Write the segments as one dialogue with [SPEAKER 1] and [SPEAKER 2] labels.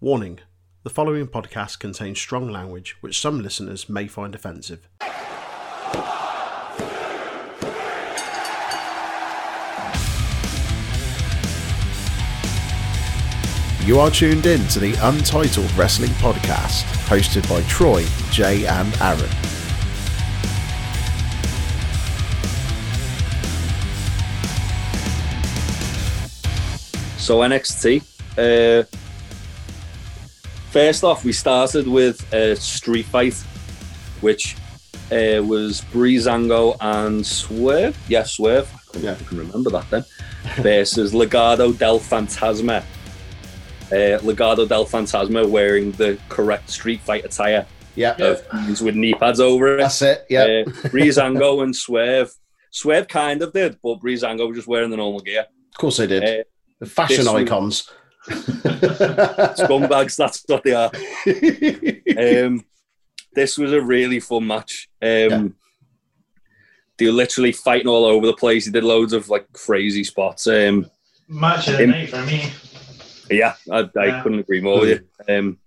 [SPEAKER 1] Warning the following podcast contains strong language which some listeners may find offensive. You are tuned in to the Untitled Wrestling Podcast, hosted by Troy, Jay, and Aaron.
[SPEAKER 2] So NXT. Uh, first off, we started with a street fight, which uh, was Breezango and Swerve. Yeah, Swerve. I couldn't
[SPEAKER 1] Yeah.
[SPEAKER 2] fucking remember that then. Versus Legado del Fantasma. Uh, Legado del Fantasma wearing the correct street fight attire
[SPEAKER 1] Yeah,
[SPEAKER 2] of jeans with knee pads over it.
[SPEAKER 1] that's it. Yeah,
[SPEAKER 2] Uh, Breezango and Swerve. Swerve kind of did, but Breezango was just wearing the normal gear.
[SPEAKER 1] of course they did.
[SPEAKER 2] Uh,
[SPEAKER 1] The Fashion
[SPEAKER 2] this week-
[SPEAKER 1] icons.
[SPEAKER 2] scumbags, that's what they are. um, this was a really fun match. Um,
[SPEAKER 1] Yeah.
[SPEAKER 2] They were literally fighting all over the place. They did loads of like crazy spots. Um,
[SPEAKER 3] Match of the
[SPEAKER 2] Im-
[SPEAKER 3] night for me.
[SPEAKER 2] yeah, I, I
[SPEAKER 3] Yeah.
[SPEAKER 2] couldn't agree more with you. Um,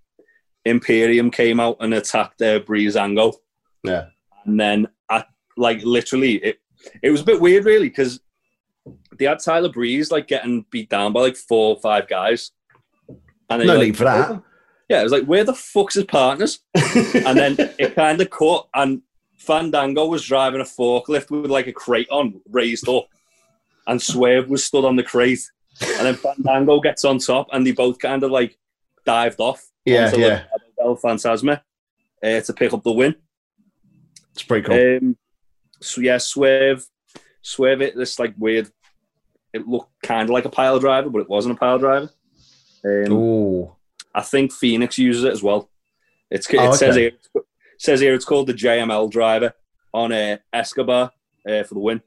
[SPEAKER 2] Imperium came out and attacked uh, Breezango.
[SPEAKER 1] Yeah.
[SPEAKER 2] And then, at, like, literally, it, it was a bit weird, really, because they had Tyler Breeze, like, getting beat down by, like, four or five guys. And then,
[SPEAKER 1] no
[SPEAKER 2] like,
[SPEAKER 1] need for that.
[SPEAKER 2] Yeah, it was like, where the fuck's his partners? and then it kind of cut and Fandango was driving a forklift with like a crate on raised up and Swerve was stood on the crate and then Fandango gets on top and they both kind of like dived off
[SPEAKER 1] yeah,
[SPEAKER 2] onto
[SPEAKER 1] yeah,
[SPEAKER 2] the El Fantasma uh, to pick up the win.
[SPEAKER 1] it's pretty cool.
[SPEAKER 2] Um, so yeah, Swerve, Swerve it this like weird it looked kind of like a pile driver but it wasn't a pile driver. Um,
[SPEAKER 1] Ooh,
[SPEAKER 2] I think Phoenix uses it as well. It's it
[SPEAKER 1] Oh,
[SPEAKER 2] says
[SPEAKER 1] okay.
[SPEAKER 2] here it says here it's called the JML driver on uh, Escobar uh, for the win.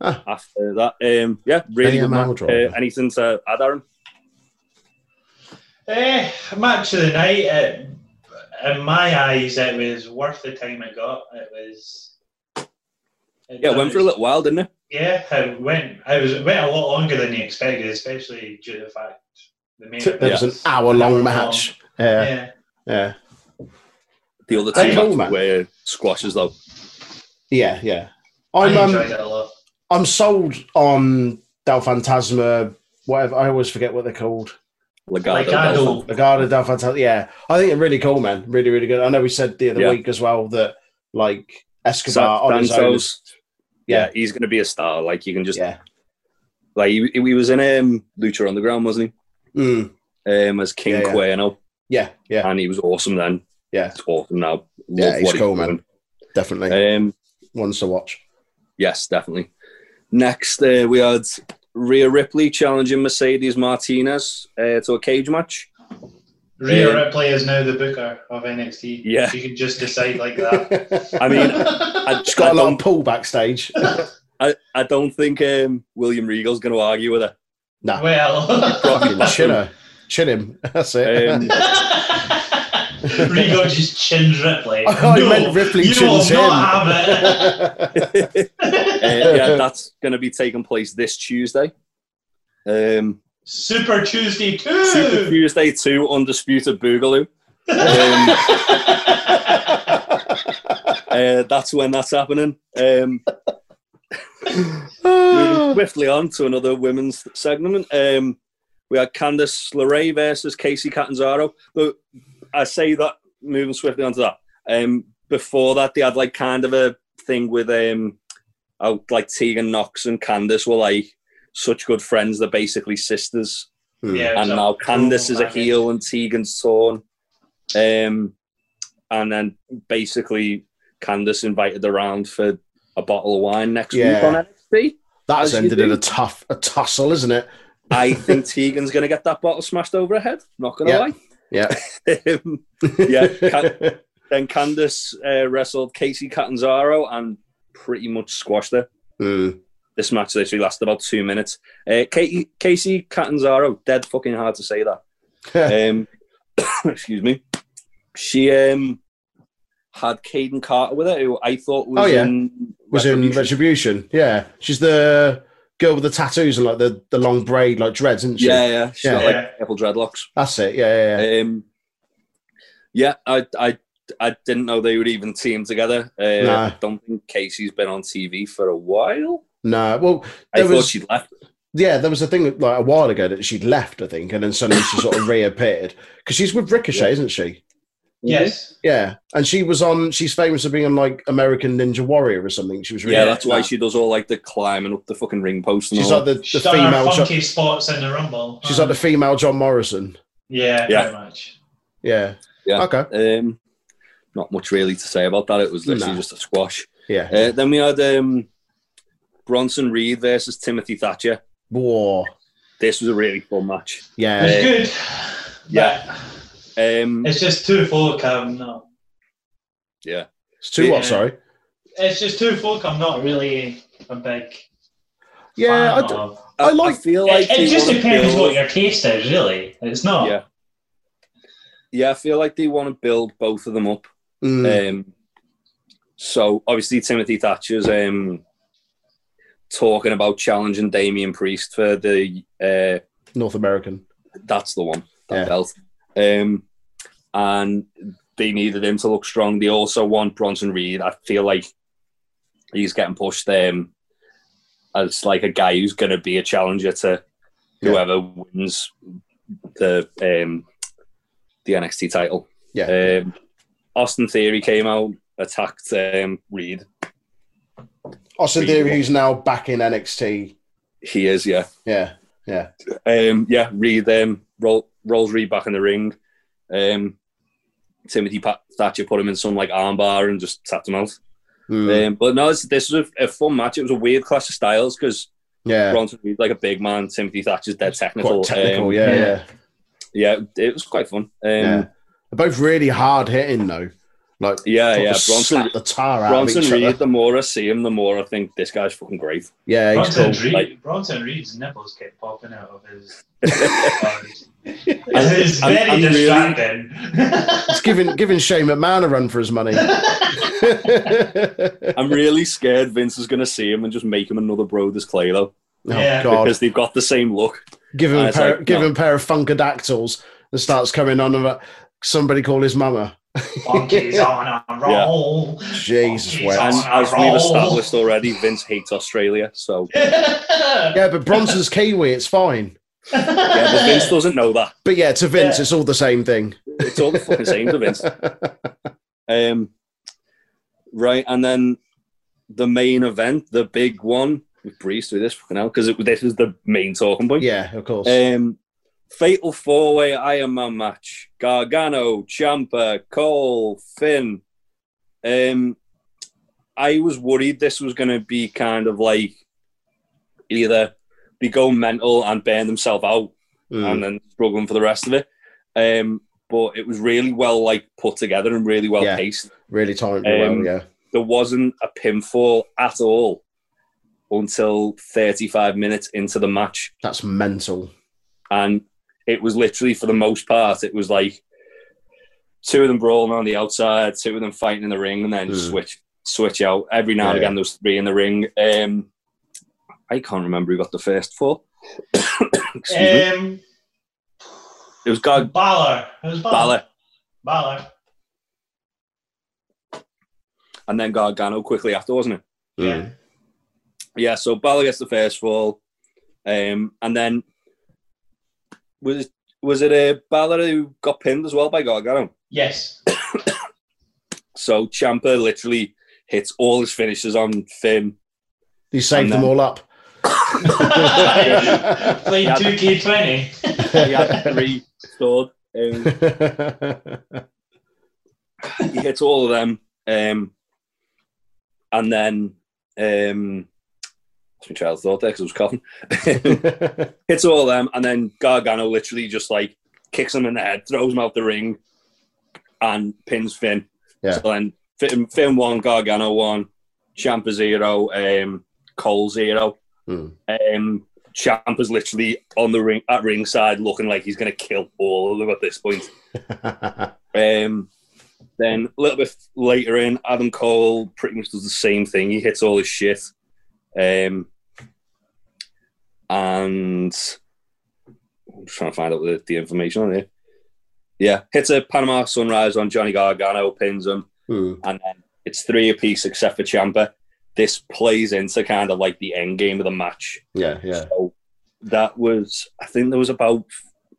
[SPEAKER 1] Ah.
[SPEAKER 2] After that, um, yeah, really good
[SPEAKER 1] JML
[SPEAKER 2] match.
[SPEAKER 1] driver.
[SPEAKER 2] Uh, anything to add, Aaron?
[SPEAKER 3] Eh, match of the night. eh, in my eyes, it was worth the time it got. It was. it
[SPEAKER 2] Yeah, it went for a
[SPEAKER 3] was-
[SPEAKER 2] little while, didn't it?
[SPEAKER 3] Yeah, it went. It was it went a lot longer than you expected, especially due to the fact the main.
[SPEAKER 1] There was an
[SPEAKER 3] event.
[SPEAKER 1] hour-long
[SPEAKER 3] Hour-long.
[SPEAKER 1] match. Yeah,
[SPEAKER 3] Yeah.
[SPEAKER 1] yeah,
[SPEAKER 2] The other
[SPEAKER 1] I know,
[SPEAKER 2] two
[SPEAKER 1] man.
[SPEAKER 2] matches were squashes though.
[SPEAKER 1] yeah, yeah.
[SPEAKER 3] I
[SPEAKER 1] I'm um,
[SPEAKER 3] enjoyed it a lot.
[SPEAKER 1] I'm sold on Del Fantasma. Whatever I always forget what they're called.
[SPEAKER 2] Legado,
[SPEAKER 3] Legado.
[SPEAKER 2] Delphi.
[SPEAKER 1] The Garda Del Fantasma. Yeah, I think they're really cool, man. Really, really good. I know we said the other
[SPEAKER 2] Yeah.
[SPEAKER 1] week as well that like Escobar
[SPEAKER 2] Sa-
[SPEAKER 1] on his own. is-
[SPEAKER 2] Santos. Yeah. he's gonna be a star. Like you can just
[SPEAKER 1] yeah.
[SPEAKER 2] like he, he was in um, Lucha Underground, wasn't
[SPEAKER 1] Mm.
[SPEAKER 2] he? Um, as King
[SPEAKER 1] Yeah, yeah.
[SPEAKER 2] Cuerno,
[SPEAKER 1] Yeah, yeah,
[SPEAKER 2] and he was awesome then.
[SPEAKER 1] Yeah.
[SPEAKER 2] it's awesome now. Love
[SPEAKER 1] Yeah, he's
[SPEAKER 2] what
[SPEAKER 1] cool, man. definitely
[SPEAKER 2] doing. Um,
[SPEAKER 1] ones to watch.
[SPEAKER 2] Yes, definitely. Next, uh, we had Rhea Ripley challenging Mercedes Martinez uh, to a cage match.
[SPEAKER 3] Rhea
[SPEAKER 2] um,
[SPEAKER 3] Ripley is now the booker of NXT.
[SPEAKER 2] Yeah.
[SPEAKER 3] she can just decide like that.
[SPEAKER 1] I
[SPEAKER 2] I mean,
[SPEAKER 3] I,
[SPEAKER 2] I,
[SPEAKER 1] it's got
[SPEAKER 2] I
[SPEAKER 1] a lot of
[SPEAKER 2] don't,
[SPEAKER 1] pull backstage.
[SPEAKER 2] I, I don't think um, William Regal's going to argue with her.
[SPEAKER 3] well,
[SPEAKER 1] Fucking chin her. Chin him. That's it.
[SPEAKER 2] Um,
[SPEAKER 3] Rigo just chins Ripley.
[SPEAKER 1] I thought you meant Ripley
[SPEAKER 3] you will
[SPEAKER 1] chins
[SPEAKER 3] not have
[SPEAKER 2] uh,
[SPEAKER 3] it.
[SPEAKER 2] yeah, that's going to be taking place this Tuesday. Um,
[SPEAKER 3] Super Tuesday
[SPEAKER 2] Super
[SPEAKER 3] too.
[SPEAKER 2] Tuesday 2 Undisputed Boogaloo. Uh, that's when that's happening. Um, moving swiftly on to another women's segment. Um, we had Candice LeRae versus Casey Catanzaro. But I say that moving swiftly on to that. Um, before that, they had like kind of a thing with um, how, like Tegan Knox and Candice were like such good friends. They're basically sisters,
[SPEAKER 3] yeah,
[SPEAKER 2] and
[SPEAKER 3] so-
[SPEAKER 2] now Candice is a
[SPEAKER 3] Oh,
[SPEAKER 2] heel and Tegan's torn. Um, and then basically Candice invited her round for a bottle of wine next
[SPEAKER 1] Yeah.
[SPEAKER 2] week on NXT.
[SPEAKER 1] That's
[SPEAKER 2] As you
[SPEAKER 1] ended in
[SPEAKER 2] do.
[SPEAKER 1] a tough a tussle, isn't it?
[SPEAKER 2] I think Tegan's going to get that bottle smashed over her head. Not going to
[SPEAKER 1] Yeah.
[SPEAKER 2] lie.
[SPEAKER 1] Yeah.
[SPEAKER 2] Um, Yeah, Can- then Candice uh, wrestled Casey Catanzaro and pretty much squashed her.
[SPEAKER 1] Mm.
[SPEAKER 2] This match literally lasted about two minutes. Uh, Katie, Casey Catanzaro, dead fucking hard to say that. Um, excuse me. She um, had Caden Carter with her, who I thought was
[SPEAKER 1] Oh, yeah.
[SPEAKER 2] in
[SPEAKER 1] Was in
[SPEAKER 2] Retribution.
[SPEAKER 1] retribution. Yeah, she's the girl with the tattoos and like the, the long braid, like dreads, isn't she?
[SPEAKER 2] Yeah, yeah. She's got
[SPEAKER 3] Yeah.
[SPEAKER 2] like purple dreadlocks.
[SPEAKER 1] That's it. Yeah, yeah, yeah.
[SPEAKER 2] Um, yeah, I, I, I didn't know they were even teamed together. Uh,
[SPEAKER 1] Nah.
[SPEAKER 2] I don't think Casey's been on TV for a while.
[SPEAKER 1] No, well,
[SPEAKER 2] I
[SPEAKER 1] There
[SPEAKER 2] thought
[SPEAKER 1] was-
[SPEAKER 2] she'd left.
[SPEAKER 1] yeah, there was a thing like a while ago that she'd left, I think, and then suddenly she sort of reappeared because she's with Ricochet, isn't she?
[SPEAKER 3] Yes.
[SPEAKER 1] Yeah, and she was on. She's famous for being on like American Ninja Warrior or something. She was really
[SPEAKER 2] Yeah, that's why
[SPEAKER 1] that.
[SPEAKER 2] she does all like the climbing up the fucking ring post. And
[SPEAKER 1] She's
[SPEAKER 2] all
[SPEAKER 1] like the, the
[SPEAKER 3] She's done her
[SPEAKER 1] female. Jo-
[SPEAKER 3] funky spots in the rumble. Um,
[SPEAKER 1] she's like the female John Morrison.
[SPEAKER 3] yeah,
[SPEAKER 2] Yeah.
[SPEAKER 3] pretty much.
[SPEAKER 1] Yeah.
[SPEAKER 2] Yeah.
[SPEAKER 1] Okay.
[SPEAKER 2] that. Um, not much really to say about that. It was literally
[SPEAKER 1] Nah.
[SPEAKER 2] just a squash.
[SPEAKER 1] Yeah.
[SPEAKER 2] Uh, then we had um, Bronson Reed versus Timothy Thatcher.
[SPEAKER 1] War.
[SPEAKER 2] This was a really fun match.
[SPEAKER 3] It was
[SPEAKER 1] Yeah.
[SPEAKER 2] Uh,
[SPEAKER 3] good.
[SPEAKER 2] yeah. Um,
[SPEAKER 3] but It's just too full come no.
[SPEAKER 1] It's two
[SPEAKER 3] yeah.
[SPEAKER 1] what? Sorry.
[SPEAKER 3] It's just too full I'm not really a big
[SPEAKER 1] Yeah. I
[SPEAKER 3] fan
[SPEAKER 1] d-
[SPEAKER 3] of.
[SPEAKER 1] I like-
[SPEAKER 2] feel like
[SPEAKER 3] It, it
[SPEAKER 2] they
[SPEAKER 3] just
[SPEAKER 2] wanna
[SPEAKER 3] depends
[SPEAKER 2] build-
[SPEAKER 3] what your taste is, really. It's not.
[SPEAKER 2] Yeah. Yeah, I feel like they want to build both of them up.
[SPEAKER 1] mm,
[SPEAKER 2] Um, so obviously Timothy Thatcher's um, talking about challenging Damian Priest for the uh,
[SPEAKER 1] North American.
[SPEAKER 2] that's the one that
[SPEAKER 1] Yeah.
[SPEAKER 2] belt, um, and they needed him to look strong. They also want Bronson Reed. I feel like he's getting pushed um, as like a guy who's going to be a challenger to
[SPEAKER 1] Yeah.
[SPEAKER 2] whoever wins the um, the NXT title.
[SPEAKER 1] Yeah.
[SPEAKER 2] Um, Austin Theory came out, attacked um, Reed.
[SPEAKER 1] Austin
[SPEAKER 2] Reed
[SPEAKER 1] Theory, who's now back in NXT.
[SPEAKER 2] He is, yeah,
[SPEAKER 1] Yeah.
[SPEAKER 2] um, yeah. Reed um, roll, rolls Reed back in the ring. Um, Timothy Pat- Thatcher put him in some like armbar and just tapped him out.
[SPEAKER 1] Mm,
[SPEAKER 2] Um, but no, this, this was a, a fun match. It was a weird clash of styles because
[SPEAKER 1] yeah.
[SPEAKER 2] Bronson Reed's like a big man. Timothy Thatcher's dead technical.
[SPEAKER 1] Quite technical.
[SPEAKER 2] Um,
[SPEAKER 1] yeah,
[SPEAKER 3] yeah.
[SPEAKER 1] yeah.
[SPEAKER 2] yeah, it was quite fun. Um,
[SPEAKER 1] Yeah.
[SPEAKER 2] yeah,
[SPEAKER 1] They're both really hard hitting though. Like
[SPEAKER 2] Oh, yeah.
[SPEAKER 1] proper
[SPEAKER 2] Bronson,
[SPEAKER 1] slap the tar out of
[SPEAKER 2] Bronson
[SPEAKER 1] each
[SPEAKER 2] Reed.
[SPEAKER 1] other.
[SPEAKER 2] The more I see him, the more I think this guy's fucking great.
[SPEAKER 1] Yeah, he's
[SPEAKER 3] Bronson,
[SPEAKER 1] cool.
[SPEAKER 3] Reed,
[SPEAKER 2] like-
[SPEAKER 3] Bronson Reed's nipples kept popping out of his.
[SPEAKER 2] I'm-
[SPEAKER 3] it's
[SPEAKER 2] I'm-
[SPEAKER 3] very
[SPEAKER 2] I'm really-
[SPEAKER 3] distracting.
[SPEAKER 1] It's giving giving Shane McMahon a run for his money. oh
[SPEAKER 2] I'm really scared Vince is going to see him and just make him another Brodus Clay though,
[SPEAKER 3] Yeah.
[SPEAKER 1] God!
[SPEAKER 2] because they've got the same look.
[SPEAKER 1] give him
[SPEAKER 2] And
[SPEAKER 1] a
[SPEAKER 2] it's
[SPEAKER 1] pair,
[SPEAKER 2] like,
[SPEAKER 1] give
[SPEAKER 2] no.
[SPEAKER 1] him a pair of funkadactyls and starts coming on about somebody call his mama.
[SPEAKER 3] Funky's on a roll.
[SPEAKER 1] Jesus,
[SPEAKER 3] Jeez.
[SPEAKER 1] Wes.
[SPEAKER 2] And
[SPEAKER 3] Oh,
[SPEAKER 2] as we've
[SPEAKER 3] no.
[SPEAKER 2] established already, Vince hates Australia, so
[SPEAKER 1] Yeah, but Bronson's Kiwi, it's fine.
[SPEAKER 2] yeah, but Vince doesn't know that.
[SPEAKER 1] But yeah, to Vince,
[SPEAKER 3] Yeah.
[SPEAKER 1] it's all the same thing.
[SPEAKER 2] It's all the fucking same to Vince. Um, right, and then the main event, the big one. We breezed through this fucking hell because this is the main talking point.
[SPEAKER 1] Yeah, of course.
[SPEAKER 2] Um, fatal four way Iron Man match: Gargano, Champa, Cole, Finn. Um, I was worried this was going to be kind of like either they go mental and burn themselves out,
[SPEAKER 1] Mm.
[SPEAKER 2] and then struggling for the rest of it. Um, but it was really well like put together and really well
[SPEAKER 1] Yeah.
[SPEAKER 2] paced.
[SPEAKER 1] Really timed well,
[SPEAKER 2] um,
[SPEAKER 1] yeah.
[SPEAKER 2] There wasn't a pinfall at all until 35 minutes into the match
[SPEAKER 1] That's mental.
[SPEAKER 2] and it was literally for the most part it was like two of them brawling on the outside two of them fighting in the ring and then
[SPEAKER 1] Mm.
[SPEAKER 2] switch switch out every now and
[SPEAKER 1] Yeah.
[SPEAKER 2] again there was three in the ring um i can't remember who got the first four Excuse me.
[SPEAKER 3] um,
[SPEAKER 2] it was god
[SPEAKER 3] Balor. It was Balor.
[SPEAKER 2] Balor,
[SPEAKER 3] Balor.
[SPEAKER 2] and then Gargano quickly after, wasn't it?
[SPEAKER 3] Yeah.
[SPEAKER 1] Mm.
[SPEAKER 2] Yeah, so Balor gets the first fall, um, and then was it, was it a Balor who got pinned as well by Gargano?
[SPEAKER 3] Yes.
[SPEAKER 2] So Champa literally hits all his finishes on Finn,
[SPEAKER 1] He saved
[SPEAKER 2] And
[SPEAKER 1] them
[SPEAKER 2] then-
[SPEAKER 1] all up.
[SPEAKER 3] Played
[SPEAKER 2] Yeah.
[SPEAKER 3] 2K20.
[SPEAKER 2] he had three stored. Um, he hits all of them, um, and then um, that's my child's thought there because I was coughing. hits all of them, and then Gargano literally just like kicks him in the head, throws him out the ring, and pins Finn.
[SPEAKER 1] Yeah.
[SPEAKER 2] So then Finn, Finn one, Gargano one, Champa zero, um, Cole zero.
[SPEAKER 1] Hmm.
[SPEAKER 2] Um, Champa's literally on the ring at ringside, looking like he's going to kill all of them at this point. Um, then a little bit later in, Adam Cole pretty much does the same thing. He hits all his shit. Um, and I'm just trying to find out the, the information on it. Yeah, hits a Panama Sunrise on Johnny Gargano, pins him,
[SPEAKER 1] Ooh.
[SPEAKER 2] and then it's three apiece except for Champa. This plays into kind of like the end game of the match.
[SPEAKER 1] Yeah, yeah.
[SPEAKER 2] So that was, I think there was about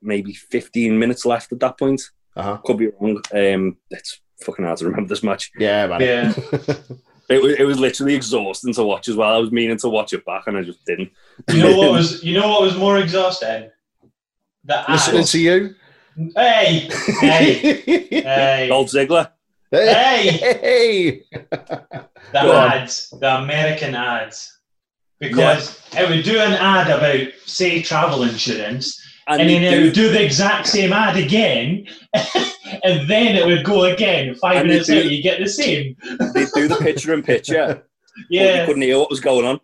[SPEAKER 2] maybe 15 minutes left at that point.
[SPEAKER 1] Uh huh.
[SPEAKER 2] Could be wrong. Um, it's fucking hard to remember this match.
[SPEAKER 1] Yeah, man.
[SPEAKER 3] Yeah.
[SPEAKER 2] It was, it was literally exhausting to watch as well. I was meaning to watch it back and I just didn't.
[SPEAKER 3] You know what was? You know what was more exhausting? The
[SPEAKER 1] Listening
[SPEAKER 3] ads.
[SPEAKER 1] to you.
[SPEAKER 3] Hey, hey, hey,
[SPEAKER 2] Dolph Ziggler.
[SPEAKER 1] hey.
[SPEAKER 3] hey!
[SPEAKER 1] Hey.
[SPEAKER 3] The
[SPEAKER 2] Go on.
[SPEAKER 3] ads, the American ads, because it would do an ad about say travel insurance,
[SPEAKER 2] And,
[SPEAKER 3] and,
[SPEAKER 2] they
[SPEAKER 3] then it
[SPEAKER 2] do-
[SPEAKER 3] would do the exact same ad again, and then it would go again. Five
[SPEAKER 2] And they
[SPEAKER 3] minutes
[SPEAKER 2] do-
[SPEAKER 3] later, you get the same.
[SPEAKER 2] they do the picture in picture, but you
[SPEAKER 3] Yeah,
[SPEAKER 2] couldn't hear what was going on.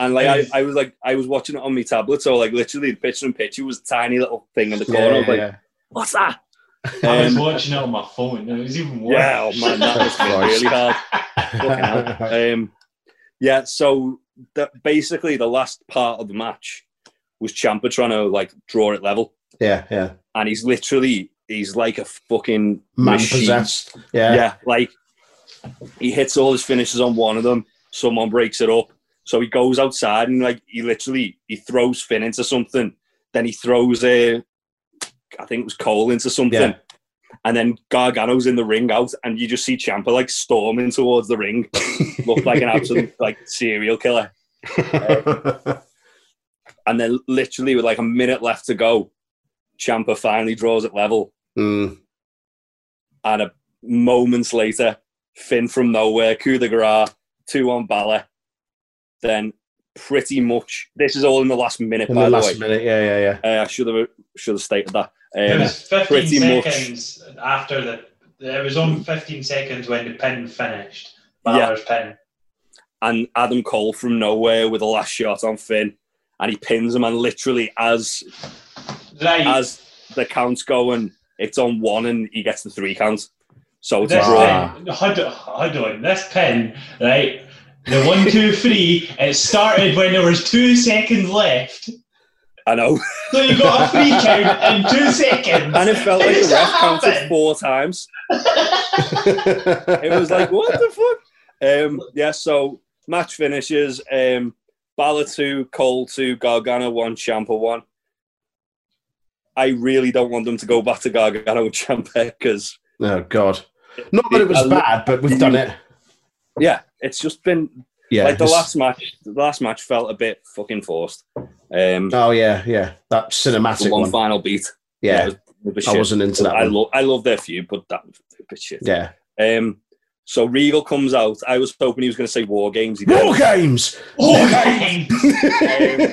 [SPEAKER 2] And like
[SPEAKER 3] Yes.
[SPEAKER 2] I, I was like I was watching it on my tablet, so like literally the picture in picture was a tiny little thing in the corner. I was like, "What's that?"
[SPEAKER 3] I was
[SPEAKER 2] Um,
[SPEAKER 3] watching it on my phone. It was even worse.
[SPEAKER 2] yeah, oh man, that was
[SPEAKER 1] Christ.
[SPEAKER 2] really hard. Fucking
[SPEAKER 1] yeah.
[SPEAKER 2] hell. um, yeah, so that basically the last part of the match was Champa trying to like draw it level,
[SPEAKER 1] yeah, yeah.
[SPEAKER 2] and he's literally he's like a fucking
[SPEAKER 1] Man
[SPEAKER 2] machine.
[SPEAKER 1] possessed. Yeah.
[SPEAKER 2] yeah, like he hits all his finishes on one of them. Someone breaks it up, so he goes outside and like he literally he throws Finn into something. Then he throws uh, I think it was Cole into something,
[SPEAKER 1] Yeah.
[SPEAKER 2] and then Gargano's in the ring out, and you just see Champa like storming towards the ring, looked like an absolute like serial killer. And then literally with like a minute left to go, Champa finally draws it level,
[SPEAKER 1] Mm.
[SPEAKER 2] and a moments later, Finn from nowhere, coup de grace, two on Balor. Then pretty much this is all in the last minute.
[SPEAKER 1] In
[SPEAKER 2] by
[SPEAKER 1] the
[SPEAKER 2] the,
[SPEAKER 1] last
[SPEAKER 2] way,
[SPEAKER 1] minute. Yeah, yeah, yeah.
[SPEAKER 2] uh, I should have should have stated that.
[SPEAKER 3] It
[SPEAKER 2] Um,
[SPEAKER 3] was 15
[SPEAKER 2] Pretty much.
[SPEAKER 3] seconds after the. It was on 15 seconds when the pin finished. Balor's pin.
[SPEAKER 2] and Adam Cole from nowhere with the last shot on Finn, and he pins him. And literally, as
[SPEAKER 3] Right.
[SPEAKER 2] as the count's going, it's on one, and he gets the three count. So it's a
[SPEAKER 3] this
[SPEAKER 1] Wow.
[SPEAKER 2] draw.
[SPEAKER 3] pin, hold, on- hold on. This pin, right? The one, two, three. It started when there was two seconds left.
[SPEAKER 2] I know,
[SPEAKER 3] So you got a free count in two seconds.
[SPEAKER 2] and it felt like
[SPEAKER 3] How
[SPEAKER 2] the
[SPEAKER 3] does
[SPEAKER 2] ref
[SPEAKER 3] that
[SPEAKER 2] counted
[SPEAKER 3] happen?
[SPEAKER 2] four times. it was like what the fuck um yeah so match finishes um Balor 2 Cole 2 Gargano 1 Champa 1 I really don't want them to go back to Gargano and Champa because
[SPEAKER 1] oh God. Not that it was
[SPEAKER 2] I-
[SPEAKER 1] bad, but we've done it.
[SPEAKER 2] yeah it's just been
[SPEAKER 1] Yeah.
[SPEAKER 2] like the
[SPEAKER 1] it's-
[SPEAKER 2] last match the last match felt a bit fucking forced um
[SPEAKER 1] Oh yeah, yeah. That
[SPEAKER 2] the
[SPEAKER 1] cinematic
[SPEAKER 2] one,
[SPEAKER 1] one.
[SPEAKER 2] final beat it
[SPEAKER 1] Yeah.
[SPEAKER 2] was a bit
[SPEAKER 1] I
[SPEAKER 2] shit.
[SPEAKER 1] wasn't into that
[SPEAKER 2] I
[SPEAKER 1] one.
[SPEAKER 2] love I love their feud but that was a bit shit
[SPEAKER 1] Yeah.
[SPEAKER 2] um so Regal comes out I was hoping he was going to say War Games he didn't.
[SPEAKER 1] War games.
[SPEAKER 3] Oh, dang.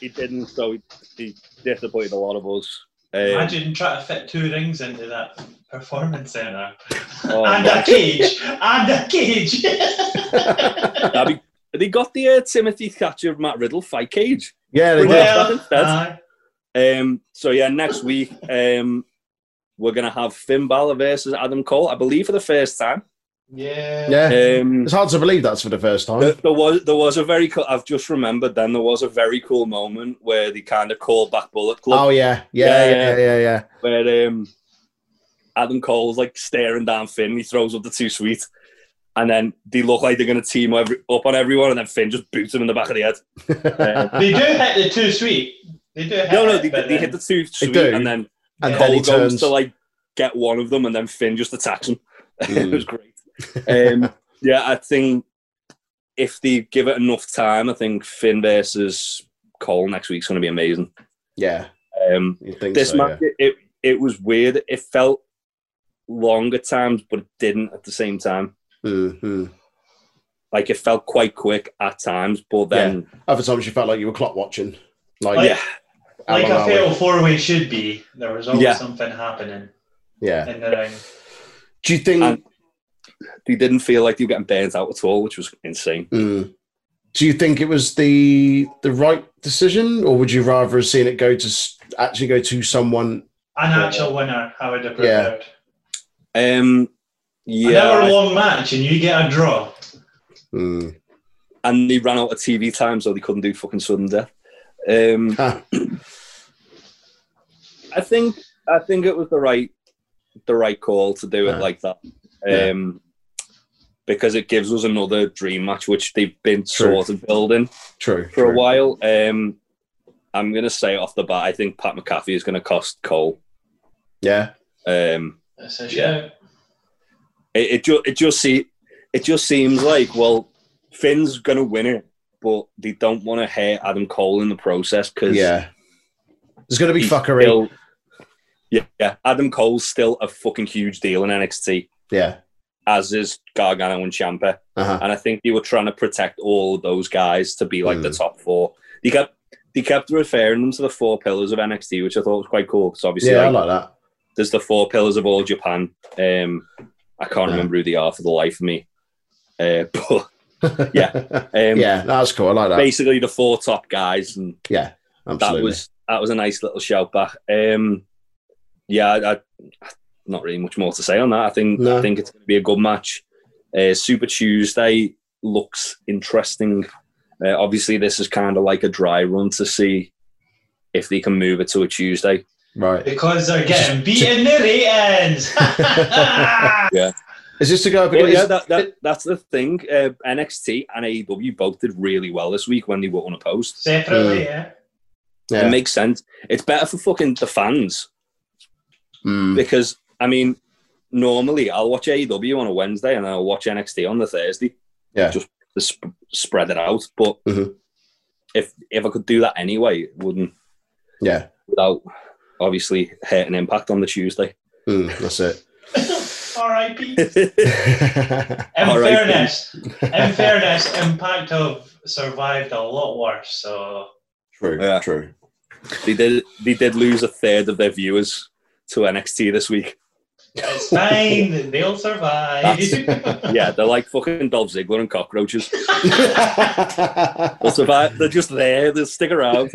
[SPEAKER 2] he didn't, so he, he disappointed a lot of us. Um,
[SPEAKER 3] Imagine trying to fit two rings into that performance center.
[SPEAKER 2] Oh,
[SPEAKER 3] and
[SPEAKER 2] man.
[SPEAKER 3] a cage. And a cage.
[SPEAKER 2] that'd be- they got the uh, Timothy Thatcher Matt Riddle fight cage.
[SPEAKER 1] yeah, they
[SPEAKER 2] Bring
[SPEAKER 1] did.
[SPEAKER 2] that instead.
[SPEAKER 3] aye.
[SPEAKER 2] Um, so yeah, next week um, we're gonna have Finn Balor versus Adam Cole, I believe, for the first time.
[SPEAKER 3] yeah.
[SPEAKER 1] Yeah.
[SPEAKER 2] Um,
[SPEAKER 1] It's hard to believe that's for the first
[SPEAKER 2] there,
[SPEAKER 1] time.
[SPEAKER 2] there was there was a very cool. I've just remembered. Then there was a very cool moment where they kind of called back Bullet Club,
[SPEAKER 1] Oh yeah. Yeah,
[SPEAKER 2] Yeah,
[SPEAKER 1] yeah, yeah, yeah, yeah.
[SPEAKER 2] where um, Adam Cole's like staring down Finn. He throws up the two sweet, and then they look like they're going to team every, up on everyone, and then Finn just boots him in the back of the head.
[SPEAKER 3] They do hit the two sweet. They do hit
[SPEAKER 2] No, no,
[SPEAKER 3] it,
[SPEAKER 2] they,
[SPEAKER 3] but
[SPEAKER 2] they
[SPEAKER 3] then-
[SPEAKER 2] hit the two sweet,
[SPEAKER 1] do.
[SPEAKER 2] and then
[SPEAKER 1] and
[SPEAKER 3] Yeah.
[SPEAKER 1] then he
[SPEAKER 2] Cole
[SPEAKER 1] turns.
[SPEAKER 2] goes to like get one of them, and then Finn just attacks him. it
[SPEAKER 1] Mm.
[SPEAKER 2] was great. Um, yeah, I think if they give it enough time, I think Finn versus Cole next week's going to be amazing.
[SPEAKER 1] yeah.
[SPEAKER 2] Um,
[SPEAKER 1] You think
[SPEAKER 2] this
[SPEAKER 1] so,
[SPEAKER 2] match
[SPEAKER 1] yeah.
[SPEAKER 2] it, it it was weird. It felt long at times, but it didn't at the same time.
[SPEAKER 1] Mm-hmm.
[SPEAKER 2] Like it felt quite quick at times, but then
[SPEAKER 1] Other times you felt like you were clock watching. Like,
[SPEAKER 2] yeah,
[SPEAKER 3] Like-
[SPEAKER 1] how
[SPEAKER 3] like
[SPEAKER 1] long
[SPEAKER 3] a
[SPEAKER 1] are we?
[SPEAKER 3] fatal four way should be. There was always
[SPEAKER 2] Yeah.
[SPEAKER 3] something happening
[SPEAKER 1] Yeah.
[SPEAKER 3] in the ring.
[SPEAKER 1] Do you think
[SPEAKER 2] And- they didn't feel like they were getting burnt out at all, which was insane.
[SPEAKER 1] Mm. Do you think it was the the right decision, or would you rather have seen it go to s- actually go to someone?
[SPEAKER 3] An
[SPEAKER 2] Yeah.
[SPEAKER 3] actual winner, I would have
[SPEAKER 1] Yeah.
[SPEAKER 3] preferred.
[SPEAKER 2] Um,
[SPEAKER 3] An
[SPEAKER 2] yeah,
[SPEAKER 3] hour
[SPEAKER 2] I-
[SPEAKER 3] long match and you get a draw.
[SPEAKER 1] Mm.
[SPEAKER 2] and they ran out of TV time, so they couldn't do fucking sudden death. Um,
[SPEAKER 1] Ha.
[SPEAKER 2] I think I think it was the right the right call to do it
[SPEAKER 1] Yeah.
[SPEAKER 2] like that.
[SPEAKER 1] Yeah.
[SPEAKER 2] Um, Because it gives us another dream match, which they've been
[SPEAKER 1] True.
[SPEAKER 2] sort of building
[SPEAKER 1] True.
[SPEAKER 2] for
[SPEAKER 1] true.
[SPEAKER 2] a while. Um, I'm going to say off the bat, I think Pat McAfee is going to cost Cole.
[SPEAKER 1] Yeah.
[SPEAKER 2] Um,
[SPEAKER 3] That's a
[SPEAKER 2] Yeah.
[SPEAKER 3] shout.
[SPEAKER 2] It it, ju- it just see it just seems like well, Finn's gonna win it, but they don't want to hurt Adam Cole in the process because
[SPEAKER 1] Yeah. There's going to be
[SPEAKER 2] he's
[SPEAKER 1] fuckery.
[SPEAKER 2] still- yeah, yeah, Adam Cole's still a fucking huge deal in NXT,
[SPEAKER 1] yeah.
[SPEAKER 2] as is Gargano and Champa,
[SPEAKER 1] Uh-huh.
[SPEAKER 2] and I think they were trying to protect all of those guys to be like the
[SPEAKER 1] Mm.
[SPEAKER 2] top four. They kept they kept referring them to the four pillars of NXT, which I thought was quite cool because obviously
[SPEAKER 1] Yeah, I
[SPEAKER 2] like,
[SPEAKER 1] like that.
[SPEAKER 2] there's the four pillars of all Japan. Um, I can't
[SPEAKER 1] Yeah.
[SPEAKER 2] remember who they are for the life of me. Uh, but Yeah. um,
[SPEAKER 1] yeah, that's cool. I like that.
[SPEAKER 2] basically the four top guys, and
[SPEAKER 1] Absolutely.
[SPEAKER 2] that was that was a nice little shout back. Um, yeah, I, I, not really much more to say on that. I think
[SPEAKER 1] No.
[SPEAKER 2] I think it's going to be a good match. Uh, Super Tuesday looks interesting. Uh, obviously, this is kind of like a dry run to see if they can move it to a Tuesday.
[SPEAKER 1] right.
[SPEAKER 3] Because they're getting beaten the ratings.
[SPEAKER 1] Is this to go up
[SPEAKER 2] Well,
[SPEAKER 1] against?
[SPEAKER 2] yeah, that, that, that's the thing. Uh, NXT and AEW both did really well this week when they were unopposed.
[SPEAKER 3] Separately, yeah.
[SPEAKER 1] Yeah.
[SPEAKER 2] It makes sense. It's better for fucking the fans
[SPEAKER 1] Mm.
[SPEAKER 2] because I mean, normally I'll watch AEW on a Wednesday and I'll watch NXT on the Thursday.
[SPEAKER 1] Yeah.
[SPEAKER 2] just to sp- spread it out. But
[SPEAKER 1] Mhm.
[SPEAKER 2] if if I could do that anyway, it wouldn't
[SPEAKER 1] Yeah.
[SPEAKER 2] without obviously hurting impact on the Tuesday.
[SPEAKER 1] Mm, that's it.
[SPEAKER 3] R.I.P.
[SPEAKER 2] yeah,
[SPEAKER 3] In
[SPEAKER 2] All right,
[SPEAKER 3] fairness, in fairness, Impact have survived a lot worse. So
[SPEAKER 1] true.
[SPEAKER 2] Yeah.
[SPEAKER 1] True.
[SPEAKER 2] they did they did lose a third of their viewers to NXT this week.
[SPEAKER 3] it's fine. They'll survive.
[SPEAKER 2] Yeah, they're like fucking Dolph Ziggler and cockroaches.
[SPEAKER 1] yeah.
[SPEAKER 2] They'll survive. They're just there. They'll stick around.